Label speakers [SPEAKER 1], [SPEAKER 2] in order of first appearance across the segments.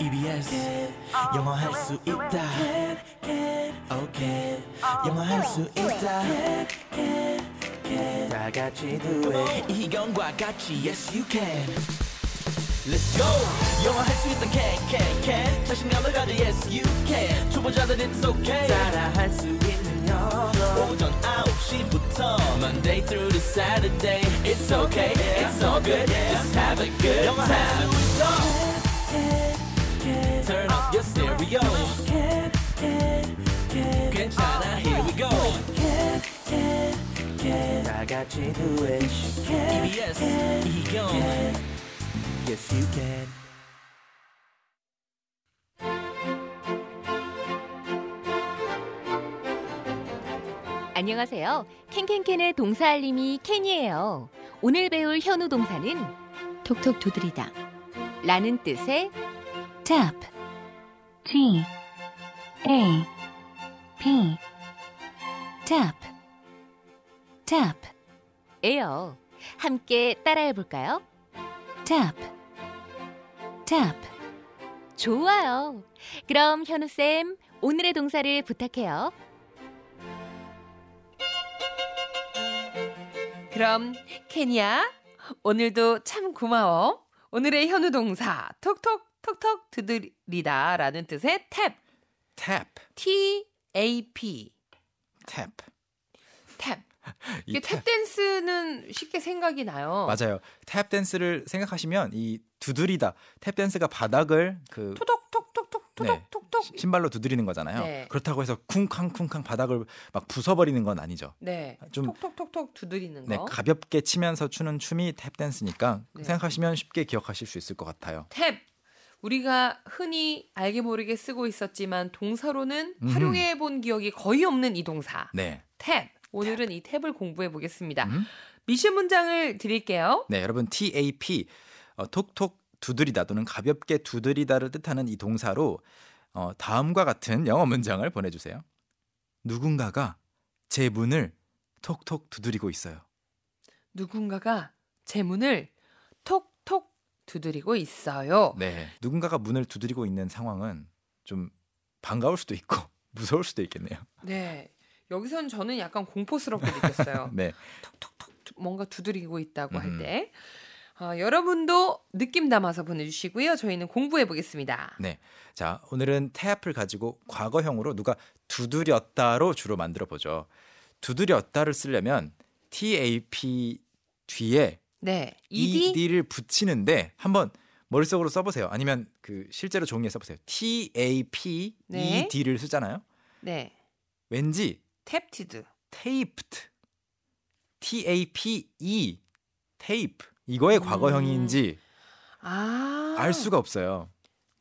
[SPEAKER 1] EBS 영어 할 수 있다 오케이 영어 할 수 있다 다 같이 do it 이희경과 같이 yes you can Let's go 영어 할 수 있다 can can can 자신감을 가져 yes you can 초보자들 it's okay 따라 할 수 있는 영어 오전 9시부터 Monday through to Saturday It's okay it's all good just have a good time 영어 할수 있어 Turn up your stereo. 괜찮아, here we go. 다 같이 do it. EBS, 이경. Yes, you can.
[SPEAKER 2] 안녕하세요. 캔캔캔의 동사 알림이 캔이에요. 오늘 배울 현우 동사는
[SPEAKER 3] 톡톡 두드리다.
[SPEAKER 2] 라는 뜻의
[SPEAKER 3] tap t a p tap tap
[SPEAKER 2] 에요. 함께 따라해 볼까요?
[SPEAKER 3] tap tap
[SPEAKER 2] 좋아요. 그럼 현우 쌤, 오늘의 동사를 부탁해요.
[SPEAKER 4] 그럼 케냐 오늘도 참 고마워. 오늘의 현우 동사 톡톡 톡톡 두드리다라는 뜻의 탭
[SPEAKER 5] 탭,
[SPEAKER 4] T A P
[SPEAKER 5] 탭.
[SPEAKER 4] 탭.
[SPEAKER 5] 이
[SPEAKER 4] 이게 탭 댄스는 쉽게 생각이 나요.
[SPEAKER 5] 맞아요. 탭 댄스를 생각하시면 이 두드리다 탭 댄스가 바닥을 그
[SPEAKER 4] 토독 톡톡톡
[SPEAKER 5] 네.
[SPEAKER 4] 토독 톡톡.
[SPEAKER 5] 신발로 두드리는 거잖아요.
[SPEAKER 4] 네.
[SPEAKER 5] 그렇다고 해서 쿵쾅쿵쾅 바닥을 막 부숴버리는 건 아니죠.
[SPEAKER 4] 네.
[SPEAKER 5] 좀-
[SPEAKER 4] 톡톡톡톡 두드리는
[SPEAKER 5] 네,
[SPEAKER 4] 거.
[SPEAKER 5] 가볍게 치면서 추는 춤이 탭 댄스니까
[SPEAKER 4] 네.
[SPEAKER 5] 생각하시면 쉽게 기억하실 수 있을 것 같아요.
[SPEAKER 4] 탭. 우리가 흔히 알게 모르게 쓰고 있었지만 동사로는
[SPEAKER 5] 음흠.
[SPEAKER 4] 활용해 본 기억이 거의 없는 이 동사.
[SPEAKER 5] 네,
[SPEAKER 4] 탭. 오늘은 이 탭을 공부해 보겠습니다.
[SPEAKER 5] 음.
[SPEAKER 4] 미션 문장을 드릴게요.
[SPEAKER 5] 네, 여러분 TAP 어, 톡톡 두드리다 또는 가볍게 두드리다를 뜻하는 이 동사로 어, 다음과 같은 영어 문장을 보내주세요. 누군가가 제 문을 톡톡 두드리고 있어요.
[SPEAKER 4] 누군가가 제 문을 톡톡 두드리고 있어요.
[SPEAKER 5] 네, 누군가가 문을 두드리고 있는 상황은 좀 반가울 수도 있고 무서울 수도 있겠네요.
[SPEAKER 4] 네. 여기선 저는 약간 공포스럽게 느꼈어요.
[SPEAKER 5] 네,
[SPEAKER 4] 톡톡톡 두- 뭔가 두드리고 있다고 할
[SPEAKER 5] 음.
[SPEAKER 4] 때. 아, 여러분도 느낌 담아서 보내주시고요. 저희는 공부해 보겠습니다.
[SPEAKER 5] 네. 자, 오늘은 태압을 가지고 과거형으로 누가 두드렸다로 주로 만들어 보죠. 두드렸다를 쓰려면 TAP 뒤에
[SPEAKER 4] 네.
[SPEAKER 5] 이
[SPEAKER 4] ED?
[SPEAKER 5] d 를 붙이는데 한번 머릿속으로 써보세요. 아니면 그 실제로 종이에 써보세요. T A P
[SPEAKER 4] 네.
[SPEAKER 5] E D를 쓰잖아요.
[SPEAKER 4] 네.
[SPEAKER 5] 왠지
[SPEAKER 4] 탭티드.
[SPEAKER 5] taped, T A P E, tape 이거의
[SPEAKER 4] 음.
[SPEAKER 5] 과거형인지
[SPEAKER 4] 아.
[SPEAKER 5] 알 수가 없어요.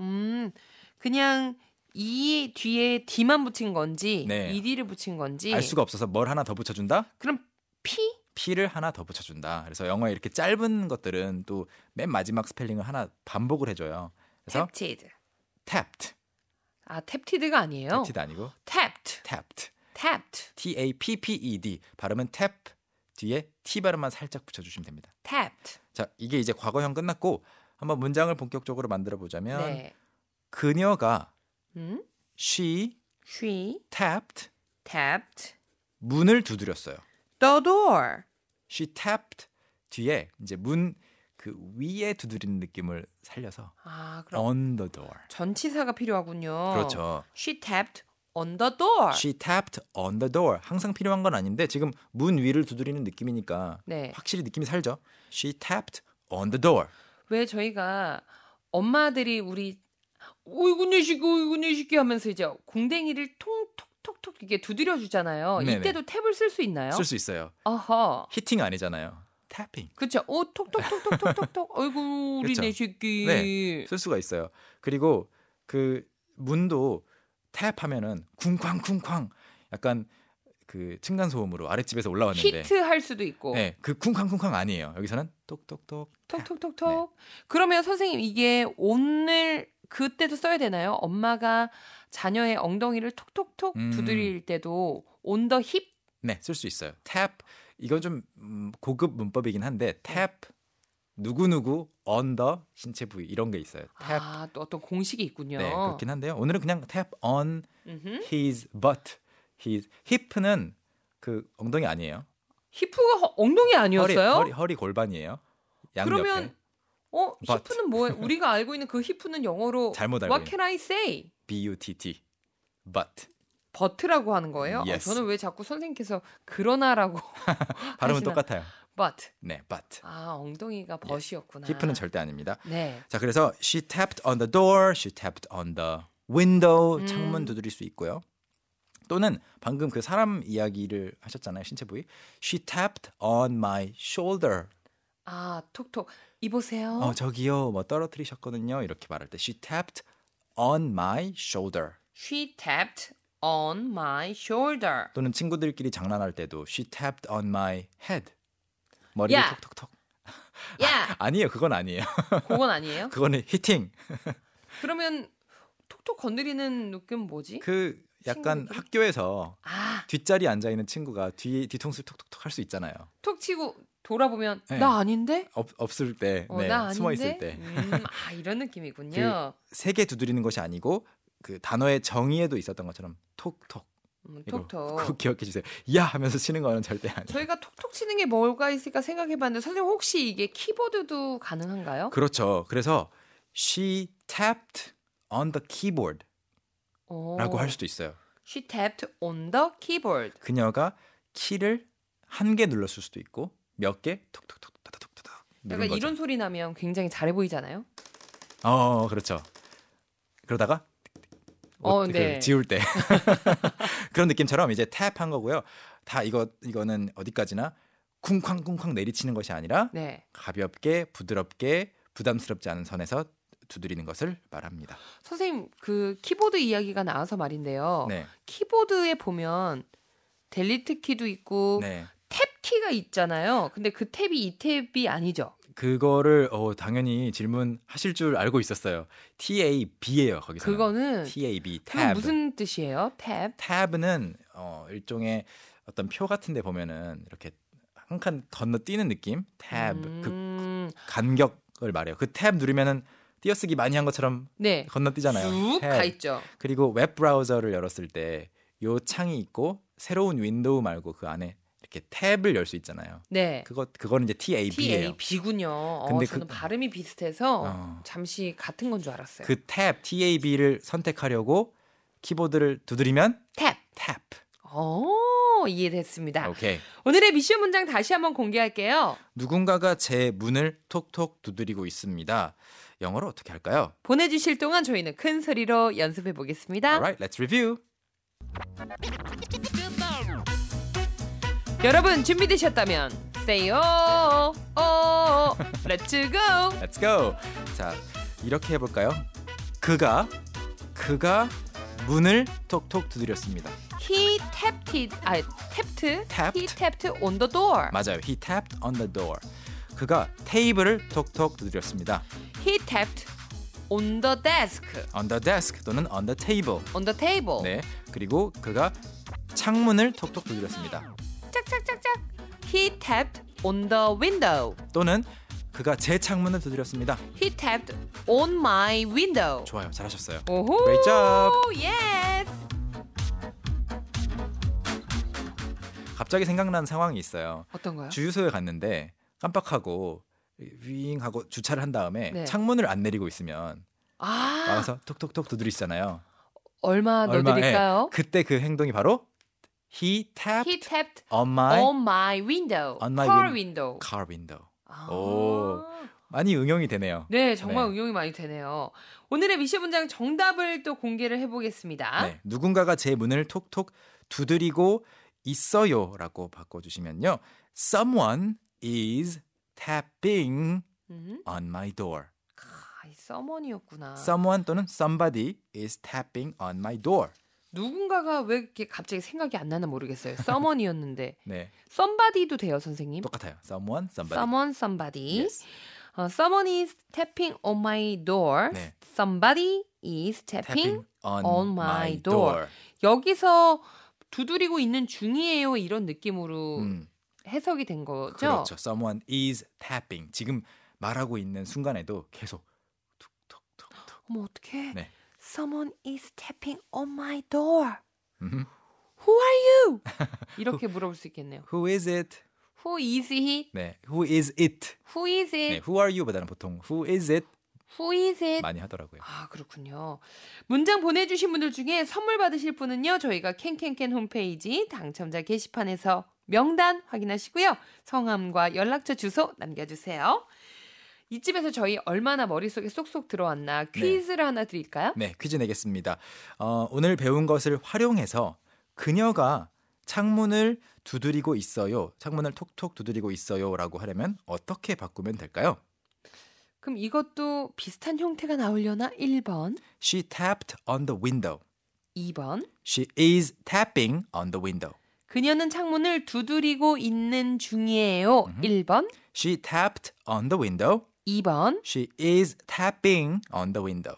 [SPEAKER 4] 음. 그냥 이 뒤에 D만 붙인 건지
[SPEAKER 5] 네.
[SPEAKER 4] ED를 붙인 건지.
[SPEAKER 5] 알 수가 없어서 뭘 하나 더 붙여준다?
[SPEAKER 4] 그럼 P?
[SPEAKER 5] P를 하나 더 붙여준다. 그래서 영어에 이렇게 짧은 것들은 또 맨 마지막 스펠링을 하나 반복을 해줘요. 그래서
[SPEAKER 4] 탭티드.
[SPEAKER 5] tapped,
[SPEAKER 4] 아, 탭티드가 아니에요.
[SPEAKER 5] tapped 아니고
[SPEAKER 4] tapped.
[SPEAKER 5] tapped.
[SPEAKER 4] tapped,
[SPEAKER 5] T-A-P-P-E-D E 발음은 탭 뒤에 T 발음만 살짝 붙여주시면 됩니다.
[SPEAKER 4] tapped.
[SPEAKER 5] 자 이게 이제 과거형 끝났고 한번 문장을 본격적으로 만들어 보자면
[SPEAKER 4] 네.
[SPEAKER 5] 그녀가
[SPEAKER 4] 음?
[SPEAKER 5] she
[SPEAKER 4] She
[SPEAKER 5] tapped
[SPEAKER 4] tapped
[SPEAKER 5] 문을 두드렸어요.
[SPEAKER 4] the door.
[SPEAKER 5] she tapped 뒤에 이제 문 그 위에 두드리는 느낌을 살려서
[SPEAKER 4] 아, 그럼
[SPEAKER 5] on the door
[SPEAKER 4] 전치사가 필요하군요.
[SPEAKER 5] 어. 그렇죠.
[SPEAKER 4] She tapped on the door.
[SPEAKER 5] she tapped on the door 항상 필요한 건 아닌데 지금 문 위를 두드리는 느낌이니까
[SPEAKER 4] 네.
[SPEAKER 5] 확실히 느낌이 살죠. she tapped on the door
[SPEAKER 4] 왜 저희가 엄마들이 우리 오이구 내시고 오이구 내시기 하면서 이제 공댕이를 통톡톡톡 이렇게 두드려 주잖아요.
[SPEAKER 5] 네네.
[SPEAKER 4] 이때도 탭을 쓸 수 있나요?
[SPEAKER 5] 쓸 수 있어요.
[SPEAKER 4] 어허.
[SPEAKER 5] 히팅 아니잖아요. 태핑
[SPEAKER 4] 그렇죠. 오 톡톡톡톡톡톡. 어이구 우리
[SPEAKER 5] 그쵸.
[SPEAKER 4] 내 새끼. 예.
[SPEAKER 5] 네. 쓸 수가 있어요. 그리고 그 문도 탭하면은 쿵쾅쿵쾅 약간 그 층간 소음으로 아랫집에서 올라왔는데
[SPEAKER 4] 히트 할 수도 있고.
[SPEAKER 5] 네, 그 쿵쾅쿵쾅 아니에요. 여기서는 똑똑똑
[SPEAKER 4] 톡톡톡톡.
[SPEAKER 5] 네.
[SPEAKER 4] 그러면 선생님 이게 오늘 그때도 써야 되나요? 엄마가 자녀의 엉덩이를 톡톡톡
[SPEAKER 5] 음.
[SPEAKER 4] 두드릴 때도 온 더 힙? 네.
[SPEAKER 5] 네, 쓸 수 있어요. 탭 이건 좀 음, 고급 문법이긴 한데 탭 누구누구 언더 신체 부위 이런 게 있어요. 탭.
[SPEAKER 4] 아, 또 어떤 공식이 있군요.
[SPEAKER 5] 네, 그렇긴 한데요. 오늘은 그냥 tap on
[SPEAKER 4] 음흠.
[SPEAKER 5] his butt. his hip는 그 엉덩이 아니에요.
[SPEAKER 4] 히프가 허- 엉덩이
[SPEAKER 5] 허리,
[SPEAKER 4] 아니었어요?
[SPEAKER 5] 허리 허리 골반이에요. 양옆에.
[SPEAKER 4] 그러면 어
[SPEAKER 5] But.
[SPEAKER 4] 히프는 뭐예요? 우리가 알고 있는 그 히프는 영어로
[SPEAKER 5] 잘못 알고
[SPEAKER 4] What
[SPEAKER 5] 있는
[SPEAKER 4] can I say?
[SPEAKER 5] B U T T. butt.
[SPEAKER 4] 버트라고 하는 거예요? 어,
[SPEAKER 5] Yes.
[SPEAKER 4] 저는 왜 자꾸 선생님께서 그러나라고
[SPEAKER 5] 발음은
[SPEAKER 4] 하시나-
[SPEAKER 5] 똑같아요.
[SPEAKER 4] but
[SPEAKER 5] 네, butt.
[SPEAKER 4] 아 엉덩이가 버시였구나.
[SPEAKER 5] 예. 히프는 절대 아닙니다.
[SPEAKER 4] 네.
[SPEAKER 5] 자, 그래서 she tapped on the door, she tapped on the window
[SPEAKER 4] 음.
[SPEAKER 5] 창문 두드릴 수 있고요. 또는 방금 그 사람 이야기를 하셨잖아요, 신체 부위. she tapped on my shoulder.
[SPEAKER 4] 아 톡톡 이보세요.
[SPEAKER 5] 어, 저기요, 뭐 떨어뜨리셨거든요. 이렇게 말할 때 she tapped on my shoulder.
[SPEAKER 4] She tapped on my shoulder.
[SPEAKER 5] 또는 친구들끼리 장난할 때도 she tapped on my head. 머리를
[SPEAKER 4] 야.
[SPEAKER 5] 톡톡톡.
[SPEAKER 4] 야,
[SPEAKER 5] 아니에요, 그건 아니에요.
[SPEAKER 4] 그건 아니에요?
[SPEAKER 5] 그거는 히팅.
[SPEAKER 4] 그러면 톡톡 건드리는 느낌 뭐지?
[SPEAKER 5] 그 약간
[SPEAKER 4] 친구들끼리?
[SPEAKER 5] 학교에서
[SPEAKER 4] 아,
[SPEAKER 5] 뒷자리 앉아 있는 친구가 뒤 뒤통수 톡톡톡 할 수 있잖아요.
[SPEAKER 4] 톡 치고 돌아보면
[SPEAKER 5] 네.
[SPEAKER 4] 나 아닌데?
[SPEAKER 5] 없, 없을 때,
[SPEAKER 4] 어,
[SPEAKER 5] 네,
[SPEAKER 4] 나 아닌데?
[SPEAKER 5] 숨어 있을 때,
[SPEAKER 4] 음, 아, 이런 느낌이군요.
[SPEAKER 5] 세게 두드리는 것이 아니고 그 단어의 정의에도 있었던 것처럼 톡톡
[SPEAKER 4] 음,
[SPEAKER 5] 그 이거 꼭
[SPEAKER 4] 톡톡.
[SPEAKER 5] 기억해 주세요. 야 하면서 치는 거는 절대 아니에요.
[SPEAKER 4] 저희가 톡톡 치는 게 뭘까 있을까 생각해봤는데 선생님 혹시 이게 키보드도 가능한가요?
[SPEAKER 5] 그렇죠. 그래서 she tapped on the keyboard라고
[SPEAKER 4] 오.
[SPEAKER 5] 할 수도 있어요.
[SPEAKER 4] She tapped on the keyboard.
[SPEAKER 5] 그녀가 키를 한 개 눌렀을 수도 있고 몇 개 톡톡톡 타타톡톡 누른
[SPEAKER 4] 약간
[SPEAKER 5] 거죠.
[SPEAKER 4] 이런 소리 나면 굉장히 잘해 보이잖아요.
[SPEAKER 5] 어, 그렇죠. 그러다가
[SPEAKER 4] 어,
[SPEAKER 5] 그
[SPEAKER 4] 네.
[SPEAKER 5] 지울 때 그런 느낌처럼 이제 탭한 거고요. 다 이거 이거는 어디까지나 쿵쾅쿵쾅 내리치는 것이 아니라
[SPEAKER 4] 네.
[SPEAKER 5] 가볍게 부드럽게 부담스럽지 않은 선에서 두드리는 것을 말합니다.
[SPEAKER 4] 선생님 그 키보드 이야기가 나와서 말인데요.
[SPEAKER 5] 네,
[SPEAKER 4] 키보드에 보면 델리트 키도 있고
[SPEAKER 5] 네.
[SPEAKER 4] 탭 키가 있잖아요. 근데 그 탭이 이 탭이 아니죠.
[SPEAKER 5] 그거를 어, 당연히 질문 하실 줄 알고 있었어요. TAB예요 거기서.
[SPEAKER 4] 그거는
[SPEAKER 5] TAB
[SPEAKER 4] 네. 그건
[SPEAKER 5] 탭.
[SPEAKER 4] 무슨 뜻이에요? 탭.
[SPEAKER 5] 탭은 어, 일종의 어떤 표 같은데 보면은 이렇게 한 칸 건너뛰는 느낌 탭 그
[SPEAKER 4] 음,
[SPEAKER 5] 간격을 말해요. 그 탭 누르면은 띄어쓰기 많이 한 것처럼
[SPEAKER 4] 네.
[SPEAKER 5] 건너뛰잖아요. 탭.
[SPEAKER 4] 쭉가 있죠.
[SPEAKER 5] 그리고 웹 브라우저를 열었을 때 요 창이 있고 새로운 윈도우 말고 그 안에 이렇게 탭을 열 수 있잖아요.
[SPEAKER 4] 네.
[SPEAKER 5] 그거 그거는 이제 TAB예요.
[SPEAKER 4] TAB군요. 어,
[SPEAKER 5] 근데 그-
[SPEAKER 4] 저는 발음이 비슷해서
[SPEAKER 5] 어.
[SPEAKER 4] 잠시 같은 건 줄 알았어요.
[SPEAKER 5] 그 탭 TAB를 선택하려고 키보드를 두드리면
[SPEAKER 4] 탭.
[SPEAKER 5] 탭.
[SPEAKER 4] 어, 이해됐습니다.
[SPEAKER 5] 오케이.
[SPEAKER 4] 오늘의 미션 문장 다시 한번 공개할게요.
[SPEAKER 5] 누군가가 제 문을 톡톡 두드리고 있습니다. 영어로 어떻게 할까요?
[SPEAKER 4] 보내주실 동안 저희는 큰 소리로 연습해 보겠습니다.
[SPEAKER 5] Alright, let's review.
[SPEAKER 4] 여러분 준비되셨다면 say oh, oh, let's go.
[SPEAKER 5] Let's go. 자, 이렇게 해볼까요? 그가 그가 문을 톡톡 두드렸습니다.
[SPEAKER 4] He tapped it, 아, tapped,
[SPEAKER 5] Tapped.
[SPEAKER 4] He tapped on the door.
[SPEAKER 5] 맞아요. He tapped on the door. 그가 테이블을 톡톡 두드렸습니다.
[SPEAKER 4] He tapped on the desk,
[SPEAKER 5] On the desk 또는 on the table.
[SPEAKER 4] on the table.
[SPEAKER 5] 네. 그리고 그가 창문을 톡톡 두드렸습니다.
[SPEAKER 4] 짝짝짝짝. He tapped on the window.
[SPEAKER 5] 또는 그가 제 창문을 두드렸습니다.
[SPEAKER 4] He tapped on my window.
[SPEAKER 5] 좋아요. 잘하셨어요.
[SPEAKER 4] 오호.
[SPEAKER 5] Great job.
[SPEAKER 4] Yes.
[SPEAKER 5] 갑자기 생각난 상황이 있어요.
[SPEAKER 4] 어떤 거요?
[SPEAKER 5] 주유소에 갔는데 깜빡하고 윙 하고 주차를 한 다음에
[SPEAKER 4] 네.
[SPEAKER 5] 창문을 안 내리고 있으면
[SPEAKER 4] 아,
[SPEAKER 5] 와서 톡톡톡 두드리시잖아요.
[SPEAKER 4] 얼마 넣어드릴까요?
[SPEAKER 5] 예. 그때 그 행동이 바로 he tapped
[SPEAKER 4] He 어? tapped
[SPEAKER 5] on my
[SPEAKER 4] on my window.
[SPEAKER 5] On my
[SPEAKER 4] car
[SPEAKER 5] win-
[SPEAKER 4] window.
[SPEAKER 5] car window.
[SPEAKER 4] 아.
[SPEAKER 5] 오. 많이 응용이 되네요.
[SPEAKER 4] 네, 정말
[SPEAKER 5] 네.
[SPEAKER 4] 응용이 많이 되네요. 오늘의 미션 문장 정답을 또 공개를 해보겠습니다.
[SPEAKER 5] 네, 누군가가 제 문을 톡톡 두드리고 있어요라고 바꿔주시면요. Someone is tapping
[SPEAKER 4] 음,
[SPEAKER 5] on my door.
[SPEAKER 4] 아, 이 서머니였구나.
[SPEAKER 5] Someone 또는 somebody is tapping on my door.
[SPEAKER 4] 누군가가 왜 이렇게 갑자기 생각이 안 나나 모르겠어요. 서머니였는데.
[SPEAKER 5] 네,
[SPEAKER 4] 썸바디도 돼요, 선생님.
[SPEAKER 5] 똑같아요. Someone, somebody.
[SPEAKER 4] Someone, somebody.
[SPEAKER 5] Yes.
[SPEAKER 4] 어, someone is tapping on my door.
[SPEAKER 5] 네.
[SPEAKER 4] Somebody is tapping.
[SPEAKER 5] tapping on,
[SPEAKER 4] on
[SPEAKER 5] my
[SPEAKER 4] my
[SPEAKER 5] door.
[SPEAKER 4] 여기서 두드리고 있는 중이에요. 이런 느낌으로
[SPEAKER 5] 음,
[SPEAKER 4] 해석이 된 거죠.
[SPEAKER 5] 그렇죠. Someone is tapping. 지금 말하고 있는 순간에도 계속 툭툭툭.
[SPEAKER 4] 어머 어떡해.
[SPEAKER 5] 네.
[SPEAKER 4] Someone is tapping on my door.
[SPEAKER 5] 음,
[SPEAKER 4] Who are you? 이렇게 물어볼 수 있겠네요.
[SPEAKER 5] Who is it?
[SPEAKER 4] Who is he?
[SPEAKER 5] 네, Who is it?
[SPEAKER 4] Who is
[SPEAKER 5] 네,
[SPEAKER 4] it?
[SPEAKER 5] Who are you보다는 보통 Who is it
[SPEAKER 4] Who is it?
[SPEAKER 5] 많이 하더라고요.
[SPEAKER 4] 아 그렇군요. 문장 보내주신 분들 중에 선물 받으실 분은요 저희가 캔캔캔 홈페이지 당첨자 게시판에서 명단 확인하시고요 성함과 연락처 주소 남겨주세요. 이쯤에서 저희 얼마나 머릿속에 쏙쏙 들어왔나 퀴즈를 하나 드릴까요?
[SPEAKER 5] 네, 퀴즈 내겠습니다. 어, 오늘 배운 것을 활용해서 그녀가 창문을 두드리고 있어요. 창문을 톡톡 두드리고 있어요라고 하려면 어떻게 바꾸면 될까요?
[SPEAKER 4] 그럼 이것도 비슷한 형태가 나오려나? 1번,
[SPEAKER 5] She tapped on the window.
[SPEAKER 4] 2번.
[SPEAKER 5] She is tapping on the window.
[SPEAKER 4] 그녀는 창문을 두드리고 있는 중이에요. 1번,
[SPEAKER 5] She tapped on the window.
[SPEAKER 4] 2번.
[SPEAKER 5] She is tapping on the window.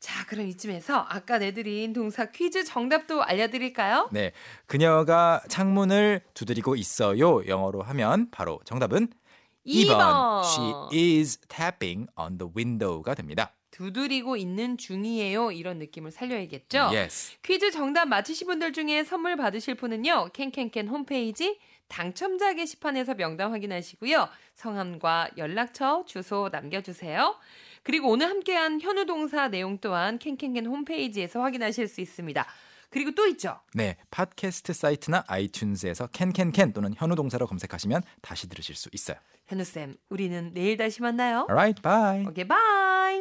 [SPEAKER 4] 자, 그럼 이쯤에서 아까 내드린 동사 퀴즈 정답도 알려드릴까요?
[SPEAKER 5] 네. 그녀가 창문을 두드리고 있어요. 영어로 하면 바로 정답은 2번.
[SPEAKER 4] 2번.
[SPEAKER 5] She is tapping on the window가 됩니다.
[SPEAKER 4] 두드리고 있는 중이에요. 이런 느낌을 살려야겠죠?
[SPEAKER 5] Yes.
[SPEAKER 4] 퀴즈 정답 맞히신 분들 중에 선물 받으실 분은요. 캔캔캔 홈페이지 당첨자 게시판에서 명단 확인하시고요. 성함과 연락처, 주소 남겨주세요. 그리고 오늘 함께한 현우 동사 내용 또한 캔캔캔 홈페이지에서 확인하실 수 있습니다. 그리고 또 있죠.
[SPEAKER 5] 네. 팟캐스트 사이트나 아이튠즈에서 캔캔캔 또는 현우 동사로 검색하시면 다시 들으실 수 있어요.
[SPEAKER 4] 현우쌤, 우리는 내일 다시 만나요.
[SPEAKER 5] 아. Alright. Bye.
[SPEAKER 4] 오케이, 바이!